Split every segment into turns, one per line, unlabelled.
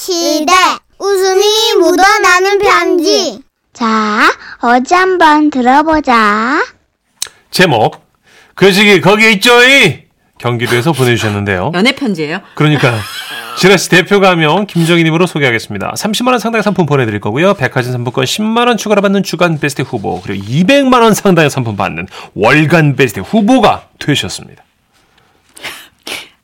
시대 웃음이 묻어나는 편지
자, 어제 한번 들어보자.
제목 그 시기 거기 있죠이 경기도에서 보내주셨는데요.
연애 편지예요.
그러니까요. 지라시 대표 가명 김정희님으로 소개하겠습니다. 30만 원 상당의 상품 보내드릴 거고요. 백화점 상품권 10만 원 추가로 받는 주간 베스트 후보 그리고 200만 원 상당의 상품 받는 월간 베스트 후보가 되셨습니다.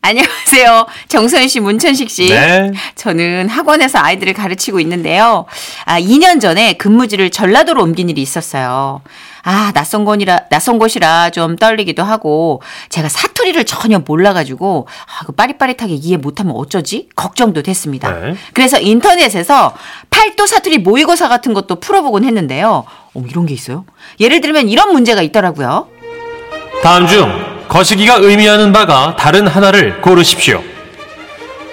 안녕하세요. 정선 씨, 문천식 씨.
네.
저는 학원에서 아이들을 가르치고 있는데요. 아, 2년 전에 근무지를 전라도로 옮긴 일이 있었어요. 아, 낯선 곳이라, 낯선 곳이라 좀 떨리기도 하고, 제가 사투리를 전혀 몰라가지고, 아, 그 빠릿빠릿하게 이해 못하면 어쩌지? 걱정도 됐습니다.
네.
그래서 인터넷에서 팔도 사투리 모의고사 같은 것도 풀어보곤 했는데요. 어, 이런 게 있어요? 예를 들면 이런 문제가 있더라고요.
다음 중 거시기가 의미하는 바가 다른 하나를 고르십시오.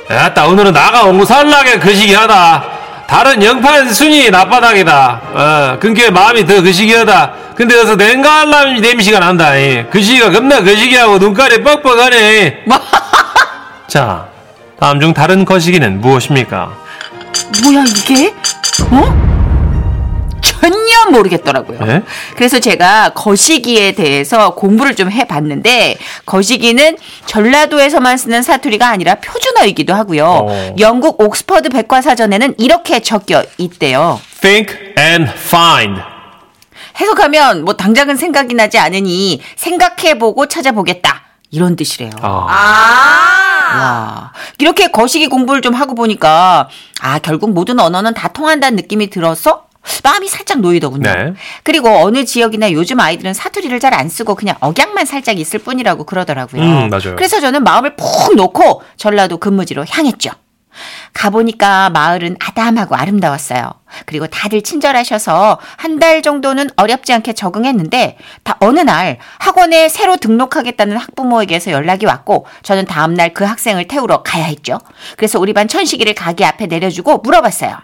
아따 오늘은 나가 옹살나게 거시기하다. 다른 영판 순위 나빠당이다. 어, 근게 마음이 더 거시기하다. 근데 여기서 냉갈람 냄새가 난다. 이. 거시기가 겁나 거시기하고 눈깔이 뻑뻑하네. 자, 다음 중 다른 거시기는 무엇입니까?
뭐야 이게? 어? 전혀 모르겠더라고요.
네?
그래서 제가 거시기에 대해서 공부를 좀 해봤는데 거시기는 전라도에서만 쓰는 사투리가 아니라 표준어이기도 하고요.
어.
영국 옥스퍼드 백과사전에는 이렇게 적혀 있대요.
Think and find.
해석하면 뭐 당장은 생각이 나지 않으니 생각해보고 찾아보겠다 이런 뜻이래요.
아,
와. 이렇게 거시기 공부를 좀 하고 보니까 아 결국 모든 언어는 다 통한다는 느낌이 들어서 마음이 살짝 놓이더군요.
네.
그리고 어느 지역이나 요즘 아이들은 사투리를 잘 안 쓰고 그냥 억양만 살짝 있을 뿐이라고 그러더라고요.
음, 맞아요.
그래서 저는 마음을 푹 놓고 전라도 근무지로 향했죠. 가보니까 마을은 아담하고 아름다웠어요. 그리고 다들 친절하셔서 한 달 정도는 어렵지 않게 적응했는데 다 어느 날 학원에 새로 등록하겠다는 학부모에게서 연락이 왔고 저는 다음날 그 학생을 태우러 가야 했죠. 그래서 우리 반 천식이를 가게 앞에 내려주고 물어봤어요.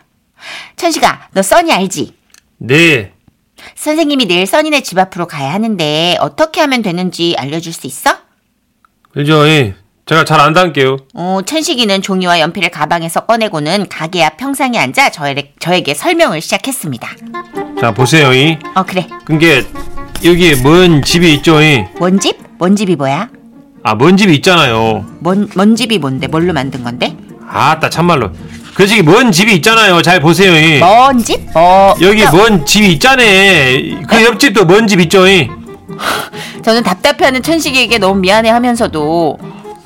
천식아, 너 써니 알지?
네.
선생님이 내일 써니네 집 앞으로 가야 하는데 어떻게 하면 되는지 알려줄 수 있어?
그죠? 예. 제가 잘 안 담게요.
어, 천식이는 종이와 연필을 가방에서 꺼내고는 가게 앞 평상에 앉아 저에게, 저에게 설명을 시작했습니다.
자, 보세요. 이.
어, 그래.
근게 여기 먼 집이 있죠. 이.
뭔집? 뭔집이 뭐야?
아, 먼 집이 있잖아요.
뭔, 뭔집이 뭔데? 뭘로 만든 건데?
아따 참말로. 그 저기 먼 집이 있잖아요. 잘 보세요. 이.
뭔집? 어,
예. 여기
저-
먼 집이 있잖아. 그 옆집도 먼 집 있죠. 이.
저는 답답해하는 천식이에게 너무 미안해하면서도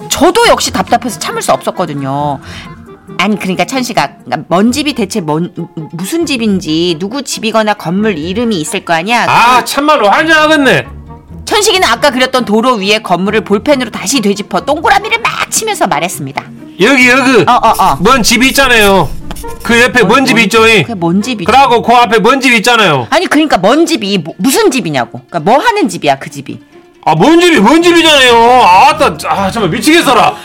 저도 역시 답답해서 참을 수 없었거든요. 아니 그러니까 천식아 먼 집이 대체 뭔 무슨 집인지 누구 집이거나 건물 이름이 있을 거 아니야.
아, 참말로 환장하겠네.
천식이는 아까 그렸던 도로 위에 건물을 볼펜으로 다시 되짚어 동그라미를 막 치면서 말했습니다.
여기 여기.
어, 어, 어.
먼 집이 있잖아요. 그 옆에 먼 집이 있죠. 이.
그게 뭔 집이?
그러고 그 앞에 먼 집이 있잖아요.
아니 그러니까 뭔 집이 뭐- 무슨 집이냐고. 그러니까 뭐 하는 집이야 그 집이.
아, 먼 집이 먼 집이잖아요. 아따 아, 정말 미치겠어라.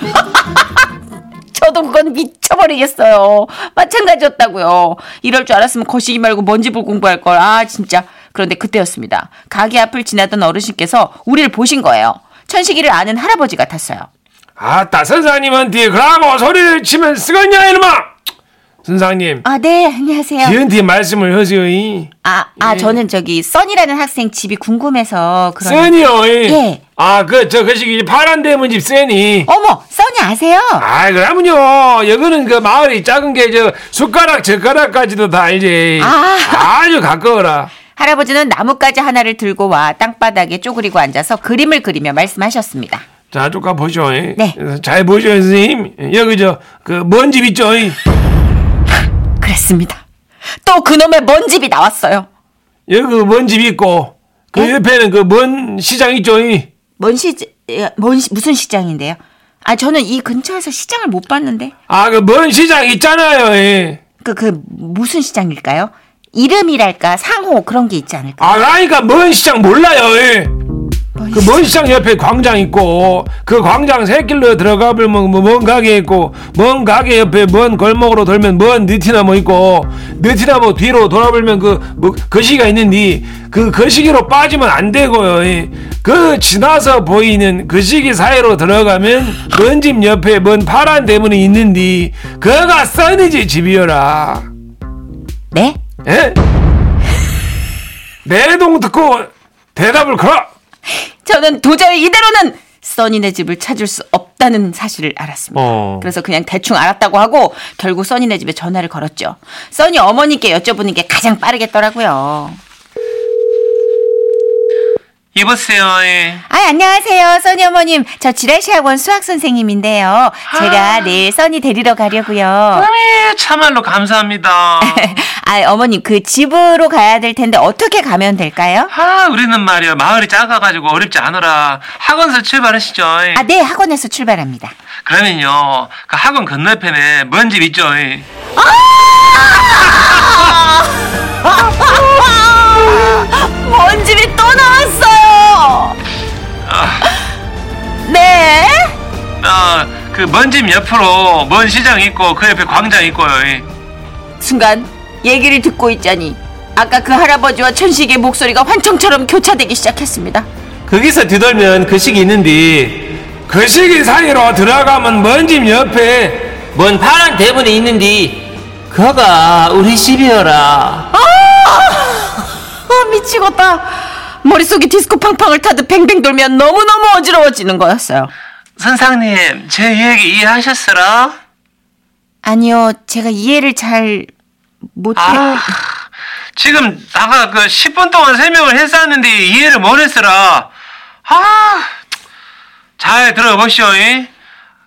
저도 그건 미쳐버리겠어요. 마찬가지였다고요. 이럴 줄 알았으면 거시기 말고 먼지불 공부할 걸. 아 진짜. 그런데 그때였습니다. 가게 앞을 지나던 어르신께서 우리를 보신 거예요. 천식이를 아는 할아버지 같았어요.
아따 선사님한테 그러고 소리를 치면 쓰겠냐 이놈아. 선사님.
아 네 안녕하세요.
기은 뒤 말씀을 하세요. 이.
아 아 저는 저기 써니라는 학생 집이 궁금해서 그런.
써니요.
예.
아, 그, 저, 그, 시기 파란 대문 집 써니.
어머 써니 아세요?
아, 그러면요. 여기는 그 마을이 작은 게, 저, 숟가락, 젓가락까지도 다 알지.
아.
주 가까워라.
할아버지는 나뭇가지 하나를 들고 와 땅바닥에 쪼그리고 앉아서 그림을 그리며 말씀하셨습니다.
자, 조금 보쇼.
네.
잘 보쇼, 선생님. 여기 저, 그, 먼 집 있죠. 이.
그랬습니다. 또 그놈의 먼 집이 나왔어요.
여기 먼 집 있고, 그
네.
옆에는 그 먼 시장 있죠. 이.
뭔 시장, 뭔 예, 시- 무슨 시장인데요? 아, 저는 이 근처에서 시장을 못 봤는데.
아, 그 먼 시장 있잖아요. 이.
그, 그, 무슨 시장일까요? 이름이랄까, 상호, 그런 게 있지 않을까?
아, 그러니까 먼 시장 몰라요. 이. 그 먼시장 옆에 광장 있고 그 광장 새길로 들어가 보면 뭐먼 가게 있고 먼 가게 옆에 먼 골목으로 돌면 먼 느티나무 있고 느티나무 뒤로 돌아보면 그 뭐, 거시기가 있는데 그 거시기로 빠지면 안 되고요 예. 그 지나서 보이는 거시기 사이로 들어가면 먼 집 옆에 먼 파란 대문이 있는데 그가 써니지 집이여라
네?
에? 내동 듣고 대답을 걸어
저는 도저히 이대로는 써니네 집을 찾을 수 없다는 사실을 알았습니다.
어.
그래서 그냥 대충 알았다고 하고 결국 써니네 집에 전화를 걸었죠. 써니 어머니께 여쭤보는 게 가장 빠르겠더라고요.
여보세요. 예.
아, 안녕하세요. 써니 어머님. 저 지라시 학원 수학 선생님인데요.
아.
제가 내일 써니 데리러 가려고요.
네, 참말로 감사합니다.
아, 어머님 그 집으로 가야 될 텐데 어떻게 가면 될까요?
아, 우리는 말이야 마을이 작아가지고 어렵지 않으라 학원서 출발하시죠. 예.
아, 네. 학원에서 출발합니다.
그러면요, 그 학원 건너편에 먼 집 있죠. 예.
먼 아! 집이 또 나왔어요. 네?
아, 그 먼 집 옆으로 먼 시장 있고 그 옆에 광장 있고요. 예.
순간 얘기를 듣고 있자니 아까 그 할아버지와 천식의 목소리가 환청처럼 교차되기 시작했습니다.
거기서 뒤돌면 거식이 있는데 거식이 사이로 들어가면 먼 집 옆에
뭔 파란 대문이 있는디 그가 우리 집이여라
아 미치겠다. 머릿속이 디스코 팡팡을 타듯 뱅뱅 돌면 너무너무 어지러워지는 거였어요.
선상님, 제 얘기 이해하셨어라?
아니요, 제가 이해를 잘 못해.
아, 지금 나가 그 10분 동안 설명을 했었는데 이해를 못했어라. 아, 잘 들어보시오. 이.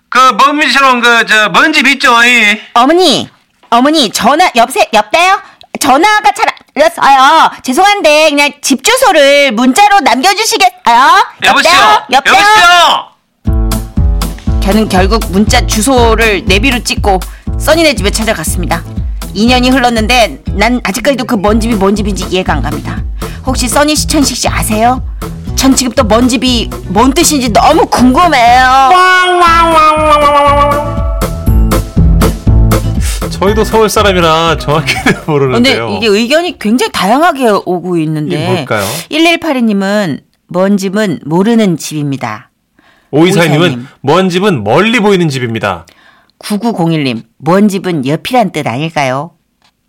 그 먼미처럼 그저 먼집 있죠. 이.
어머니, 어머니 전화 옆세 옆대요? 전화가 잘 안렸어요. 죄송한데 그냥 집 주소를 문자로 남겨주시겠어요?
여보세요. 여보세요.
저는 결국 문자 주소를 내비로 찍고 써니네 집에 찾아갔습니다. 2년이 흘렀는데 난 아직까지도 그 먼 집이 뭔 집인지 이해가 안 갑니다. 혹시 써니 씨, 천식 씨 아세요? 전 지금부터 먼 집이 뭔 뜻인지 너무 궁금해요.
저희도 서울 사람이라 정확히는
근데
모르는데요.
이게 의견이 굉장히 다양하게 오고 있는데
이게 뭘까요?
1182님은 먼 집은 모르는 집입니다. 오이사님.
오이사님은 먼 집은 멀리 보이는 집입니다.
9901님 먼 집은 옆이란 뜻 아닐까요?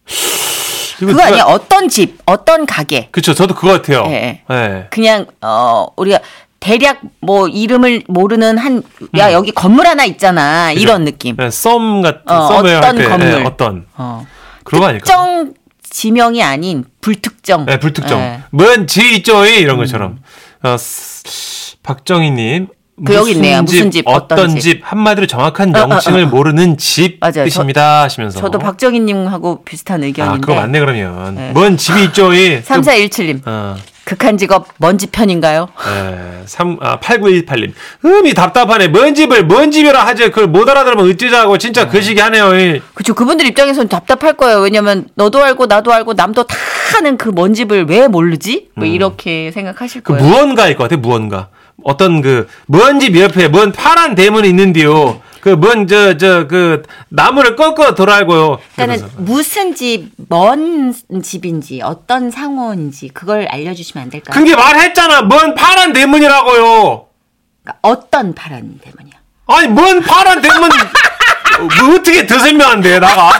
이거
그거
누가-
아니야 어떤 집 어떤 가게
그쵸, 저도 그거 같아요.
예,
예.
그냥 어 우리가 대략 뭐 이름을 모르는 한 야 여기 건물 하나 있잖아
음. 그죠?
이런 느낌
예, 썸 같은,
어,
썸웨어 할
어떤
때, 예,
건물.
어떤.
어
그런 거 아닐까요?
특정 지명이 아닌 불특정
네, 불특정.
예. 음.
뭔지 있죠, 이? 이런 것처럼. 어, 쓰- 박정희님.
그 여기 있네요. 무슨 집, 어떤
어떤
집.
집. 한마디로 정확한
어, 어,
명칭을
어, 어.
모르는 집
맞아요.
뜻입니다. 하시면서.
저도 박정희님하고 비슷한
어. 아,
의견인데
그거 맞네, 그러면.
네.
뭔 집이 있죠, 이?
3417님
어,
극한 직업 먼지 편인가요?
에, 삼, 아, 8918님. 음이 답답하네. 뭔 집을, 뭔 집이라 하지. 그걸 못 알아들으면 어쩌자고. 진짜 그 시기 하네요, 이.
그렇죠. 그분들 입장에서는 답답할 거예요. 왜냐면 너도 알고 나도 알고 남도 다 하는 그 먼 집을 왜 모르지? 뭐 이렇게 생각하실
음. 그
거예요.
무언가일 것 같아, 무언가. 어떤 그, 먼 집 옆에 뭔 파란 대문이 있는데요. 그, 뭔, 저, 저, 그, 나무를 꺾어 돌아고요.
그러니까는 무슨 집, 먼 집인지 어떤 상호인지 그걸 알려주시면 안 될까요?
그게 말했잖아. 뭔 파란 대문이라고요.
그러니까 어떤 바람 때문이야?
아니, 뭔 파란 대문. 뭐 어떻게 더 설명한대, 나가.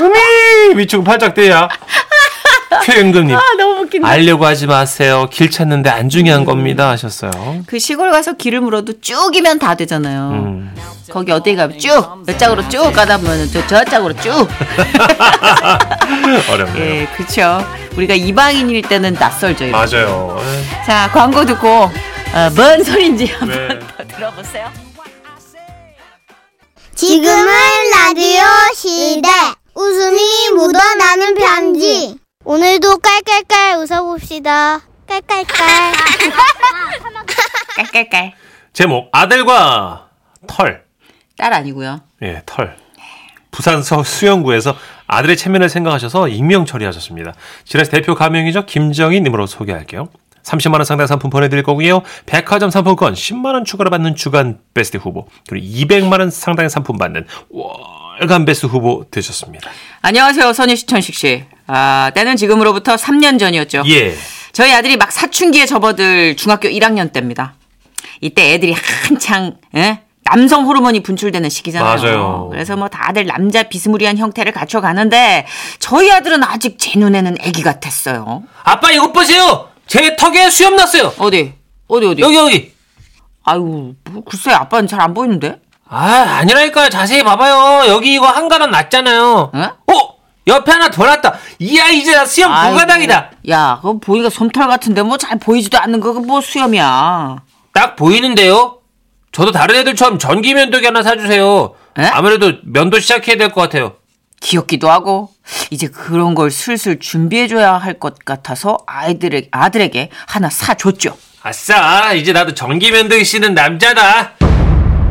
음이! 미치고 팔짝 대야. 최은금님.
아, 너무 웃긴다.
알려고 하지 마세요. 길 찾는데 안 중요한 겁니다. 하셨어요.
그 시골 가서 길을 물어도 쭉이면 다 되잖아요.
음.
거기 어디 가면 쭉, 몇 짝으로 쭉 가다 보면 저, 저 짝으로 쭉.
어렵네요.
예, 그렇죠. 우리가 이방인일 때는 낯설죠. 이런
맞아요.
자, 광고 듣고 어, 뭔 소린지 한번
네.
더 들어보세요.
지금은 라디오 시대. 웃음이 묻어나는 편지. 오늘도 깔깔깔 웃어봅시다. 깔깔깔.
깔깔깔.
제목 아들과 털.
딸 아니고요.
예, 털. 부산 서 수영구에서 아들의 체면을 생각하셔서 익명 처리하셨습니다. 지라시 대표 가명이죠. 김정희 님으로 소개할게요.
30만원 상당 상품 보내드릴 거고요. 백화점 상품권 10만원 추가로 받는 주간 베스트 후보, 그리고 200만원 상당의 상품 받는 월간 베스트 후보 되셨습니다.
안녕하세요, 선희 씨, 천식 씨. 아, 때는 지금으로부터 3년 전이었죠.
예.
저희 아들이 막 사춘기에 접어들 중학교 1학년 때입니다. 이때 애들이 한창 예? 남성 호르몬이 분출되는 시기잖아요.
맞아요.
그래서 뭐 다들 남자 비스무리한 형태를 갖춰가는데 저희 아들은 아직 제 눈에는 애기 같았어요.
아빠 이거 보세요. 제 턱에 수염 났어요.
어디? 어디 어디?
여기 여기.
아유, 뭐, 글쎄 아빠는 잘 안 보이는데?
아 아니라니까 자세히 봐봐요. 여기 이거 한 가닥 났잖아요.
응?
어? 옆에 하나 더 났다. 이야 이제 나 수염 두
아이고,
가닥이다.
야, 그거 보기가 솜털 같은데 뭐 잘 보이지도 않는 거 뭐 수염이야.
딱 보이는데요? 저도 다른 애들처럼 전기 면도기 하나 사주세요.
에?
아무래도 면도 시작해야 될 것 같아요.
귀엽기도 하고 이제 그런 걸 슬슬 준비해줘야 할 것 같아서 아이들의 아들에게 하나 사줬죠.
아싸, 이제 나도 전기 면도기 쓰는 남자다.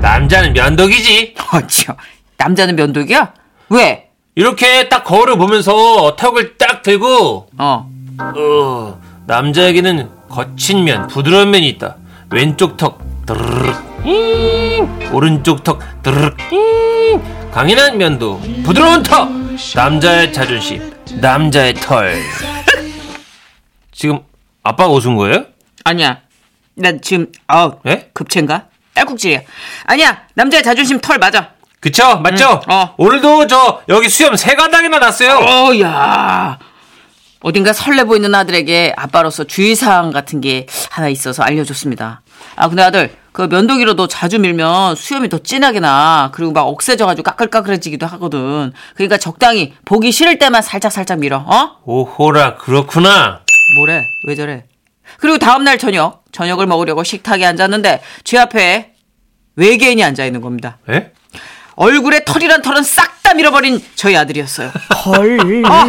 남자는 면도기지.
어찌요? 남자는 면도기야? 왜?
이렇게 딱 거울을 보면서 턱을 딱 들고,
어.
어, 남자에게는 거친 면, 부드러운 면이 있다. 왼쪽 턱, 드르륵, 잉. 오른쪽 턱, 드르륵, 잉. 강인한 면도, 부드러운 턱, 남자의 자존심, 남자의 털. 지금 아빠가 웃은 거예요?
아니야. 나 지금 아
예?
급체인가? 딸꾹질이야. 아니야. 남자의 자존심 털 맞아.
그쵸? 맞죠?
응, 어.
오늘도 저 여기 수염 세 가닥이나 났어요.
어야. 어딘가 설레 보이는 아들에게 아빠로서 주의사항 같은 게 하나 있어서 알려줬습니다. 아 근데 아들 그 면도기로도 자주 밀면 수염이 더 진하게 나 그리고 막 억세져가지고 까끌까끌해지기도 하거든. 그러니까 적당히 보기 싫을 때만 살짝 살짝 밀어. 어?
오호라 그렇구나.
뭐래? 왜 저래? 그리고 다음날 저녁, 저녁을 먹으려고 식탁에 앉았는데 제 앞에 외계인이 앉아 있는 겁니다.
예?
얼굴에 털이란 털은 싹 다 밀어버린 저희 아들이었어요. 헐. 어.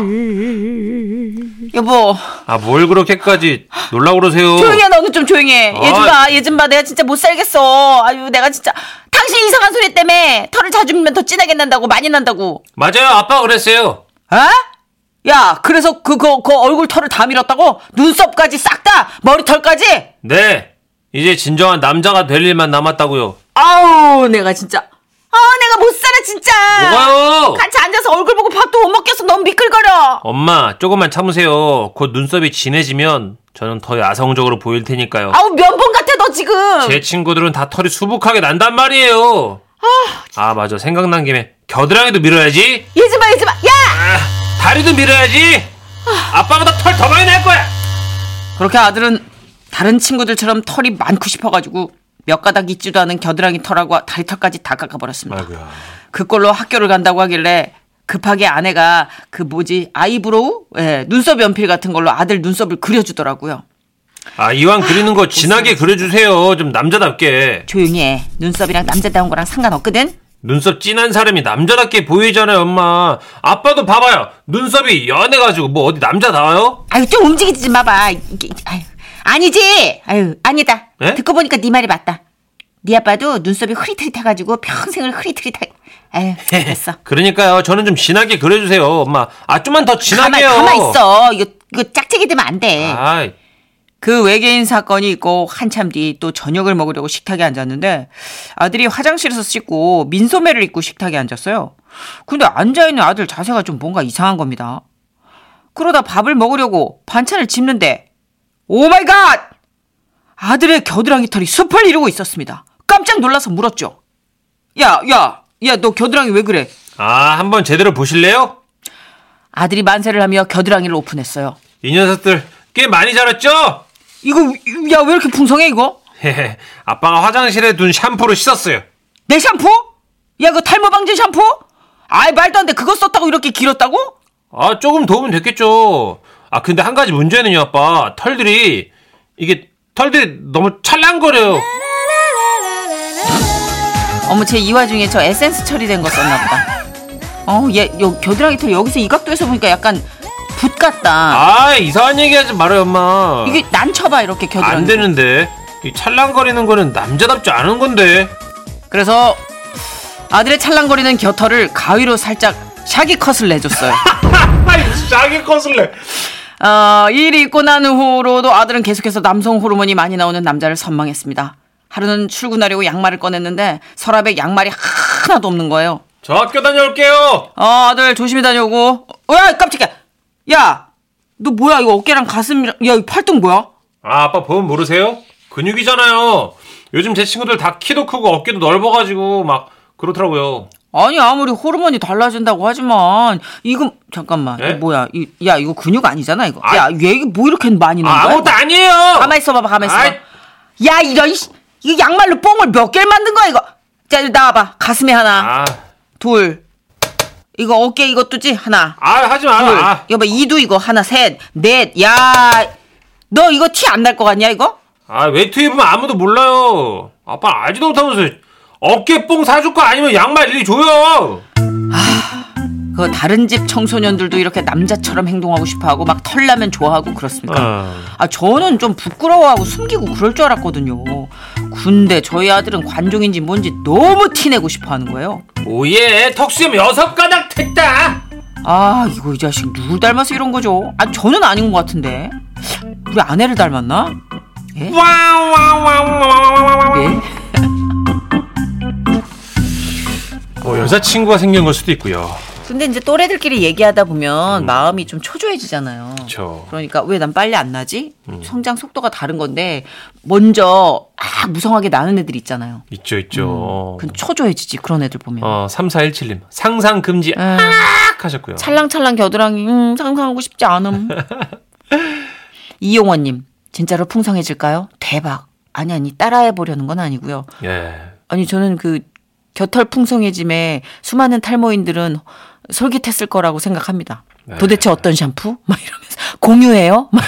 여보,
어.
아 뭘 그렇게까지 놀라 그러세요?
조용히 해, 너는 좀 조용히 해.
아.
예준 봐, 예준 봐. 내가 진짜 못 살겠어. 아유, 내가 진짜. 당신 이상한 소리 때문에 털을 자주 밀면 더 진하게 난다고, 많이 난다고.
맞아요. 아빠가 그랬어요.
에? 야, 그래서 그, 그, 그 얼굴 털을 다 밀었다고? 눈썹까지 싹 다, 머리털까지?
네. 이제 진정한 남자가 될 일만 남았다고요.
아우 내가 진짜 아 내가 못 살아 진짜
뭐가요?
같이 앉아서 얼굴 보고 밥도 못 먹겠어 너무 미끌거려
엄마, 조금만 참으세요. 곧 눈썹이 진해지면 저는 더 야성적으로 보일 테니까요.
아우 면봉 같아 너 지금
제 친구들은 다 털이 수북하게 난단 말이에요. 아, 맞아. 생각난 김에 겨드랑이도 밀어야지. 아,
예지마 예지마 야
다리도 밀어야지. 아빠보다 털 더 많이 날 거야.
그렇게 아들은 다른 친구들처럼 털이 많고 싶어가지고 몇 가닥 있지도 않은 겨드랑이 털하고 다리 털까지 다
네.
깎아버렸습니다 그 꼴로 학교를 간다고 하길래 급하게 아내가 그 뭐지 아이브로우 예, 눈썹 연필 같은 걸로 아들 눈썹을 그려주더라고요
아, 이왕 그리는 거 진하게 그려주세요. 좀 남자답게.
조용히 해 눈썹이랑 남자다운 거랑 상관없거든
눈썹 진한 사람이 남자답게 보이잖아요, 엄마. 아빠도 봐봐요. 눈썹이 연해가지고 뭐 어디 남자다워요?
아유 좀 움직이지 좀 마봐. 이게, 아유, 아니지. 아유 아니다.
예?
듣고 보니까 네 말이 맞다. 네 아빠도 눈썹이 흐릿흐릿해가지고 평생을 흐릿흐릿해. 아유 네, 됐어.
그러니까요. 저는 좀 진하게 그려주세요, 엄마. 아, 좀만 더
가만
진하게요.
가만 있어. 이거 이거 짝짝이 되면 안 돼.
아이,
그 외계인 사건이 있고 한참 뒤 또 저녁을 먹으려고 식탁에 앉았는데 아들이 화장실에서 씻고 민소매를 입고 식탁에 앉았어요. 근데 앉아있는 아들 자세가 좀 뭔가 이상한 겁니다. 그러다 밥을 먹으려고 반찬을 집는데 오마이갓! 아들의 겨드랑이 털이 숲을 이루고 있었습니다. 깜짝 놀라서 물었죠. 야, 야, 야, 너 겨드랑이 왜 그래?
아, 한번 제대로 보실래요?
아들이 만세를 하며 겨드랑이를 오픈했어요.
이 녀석들 꽤 많이 자랐죠?
이거, 야, 왜 이렇게 풍성해, 이거?
헤헤, 아빠가 화장실에 둔 샴푸로 씻었어요.
내 샴푸? 야, 그 탈모 방지 샴푸? 아이, 말도 안 돼. 그거 썼다고 이렇게 길었다고?
아, 조금 도움은 됐겠죠. 아, 근데 한 가지 문제는요, 아빠. 털들이, 이게, 털들이 너무 찰랑거려요.
어머, 제 이 와중에 저 에센스 처리된 거 썼나 보다. 어, 얘, 요 겨드랑이 털 여기서 이 각도에서 보니까 약간 붓 같다.
아, 이상한 얘기 하지 말아요, 엄마.
이게 난쳐봐, 이렇게 겨드랑이.
안 되는데 이 찰랑거리는 거는 남자답지 않은 건데
그래서 아들의 찰랑거리는 겨털을 가위로 살짝 샤기 컷을 내줬어요.
아이 자기 거슬래
어, 이 일이 있고 난 후로도 아들은 계속해서 남성 호르몬이 많이 나오는 남자를 선망했습니다. 하루는 출근하려고 양말을 꺼냈는데 서랍에 양말이 하나도 없는 거예요.
저 학교 다녀올게요.
어, 아들 조심히 다녀오고. 어, 야, 깜짝이야. 야, 너 뭐야? 이거 어깨랑 가슴이랑, 야, 이 팔뚝 뭐야?
아, 아빠 보험 모르세요? 근육이잖아요. 요즘 제 친구들 다 키도 크고 어깨도 넓어가지고 막 그렇더라고요.
아니, 아무리 호르몬이 달라진다고 하지만, 이거, 잠깐만.
예?
이거 뭐야? 이, 야, 이거 근육 아니잖아, 이거.
아.
야, 얘 이게 뭐 이렇게 많이 넣은
아,
거야?
아무것도 아니에요.
가만 있어봐봐, 가만 있어봐.
아이.
야, 이런, 이씨. 이 양말로 뽕을 몇 개를 만든 거야, 이거? 자, 이리 나와봐. 가슴에 하나,
아,
둘. 이거 어깨 이것도지? 하나.
아 하지 마.
둘.
아,
여봐, 이두 이거. 하나, 셋, 넷. 야, 너 이거 티 안 날 것 같냐, 이거?
아, 외투 입으면 아무도 몰라요. 아빠 알지도 못하면서 어깨 뽕 사줄 거 아니면 양말 일리 줘요.
그 다른 집 청소년들도 이렇게 남자처럼 행동하고 싶어하고 막 털나면 좋아하고
어.
그렇습니까? 아 저는 좀 부끄러워하고 숨기고 그럴 줄 알았거든요. 근데 저희 아들은 관종인지 뭔지 너무 티내고 싶어하는 거예요.
오예, 턱수염 여섯 가닥 됐다.
아 이거 이 자식 누굴 닮아서 이런 거죠? 아 저는 아닌 것 같은데 우리 아내를 닮았나? 예? 예?
뭐 여자친구가 생긴 걸 수도 있고요.
근데 이제 또래들끼리 얘기하다 보면 마음이 좀 초조해지잖아요.
그쵸. 음.
러니까 왜 난 빨리 안 나지? 성장 속도가 다른 건데 먼저 아 무성하게 나는 애들 있잖아요.
있죠, 있죠.
그 초조해지지 그런 애들 보면.
어, 3417님. 상상 금지
에,
악 하셨고요.
찰랑찰랑 겨드랑이 음, 상상하고 싶지 않음. 이용원님 진짜로 풍성해질까요? 대박. 아니 아니 따라해 보려는 건 아니고요.
예.
아니 저는 그 겨털 풍성해짐에 수많은 탈모인들은 솔깃했을 거라고 생각합니다.
네.
도대체 어떤 샴푸? 막 이러면서 공유해요? 막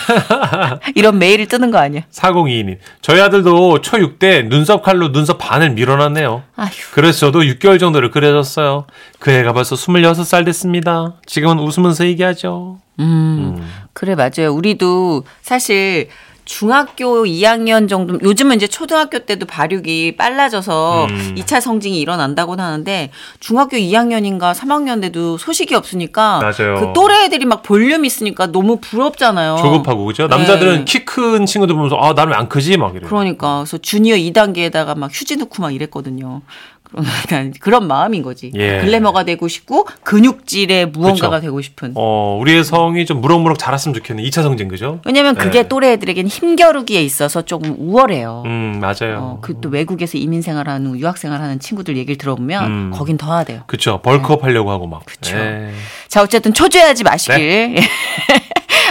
이런 메일을 뜨는 거 아니야?
4022님. 저희 아들도 초6 때 눈썹 칼로 눈썹 반을 밀어놨네요.
아휴.
그래서 저도 6개월 정도를 그려줬어요. 그 애가 벌써 26살 됐습니다. 지금은 웃으면서 얘기하죠.
음, 그래 맞아요. 우리도 사실 중학교 2학년 정도 요즘은 이제 초등학교 때도 발육이 빨라져서
음.
이 2차 성징이 일어난다고는 하는데 중학교 2학년인가 3학년 돼도 소식이 없으니까
맞아요.
그 또래 애들이 막 볼륨 있으니까 너무 부럽잖아요.
조급하고, 그죠?
네.
남자들은 키 큰 친구들 보면서, 아, 나는 안 크지? 막 이래요.
그러니까 그래서 주니어 2단계에다가 막 휴지 넣고 막 이랬거든요. 그러니까 그런 마음인 거지.
예.
글래머가 되고 싶고 근육질의 무언가가
그쵸.
되고 싶은.
어, 우리의 성이 좀 무럭무럭 자랐으면 좋겠네. 2차 성징, 그죠?
왜냐면 그게
네.
또래 애들에겐 힘겨루기에 있어서 조금 우월해요.
음, 맞아요.
어, 그 또 외국에서 이민 생활하는 유학 생활하는 친구들 얘기를 들어보면
음.
거긴 더 하대요.
그쵸. 벌크업 하려고 하고 막.
네. 그쵸.
예.
자 어쨌든 초조해하지 마시길.
네.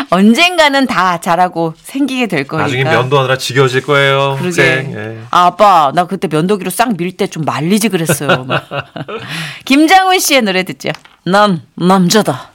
언젠가는 다 자라고 생기게 될 거니까.
나중에 면도하느라 지겨워질 거예요.
그러게.
생. 예.
아, 아빠, 나 그때 면도기로 싹 밀 때 좀 말리지 그랬어요. 막. 김장훈 씨의 노래 듣죠. 난 남자다.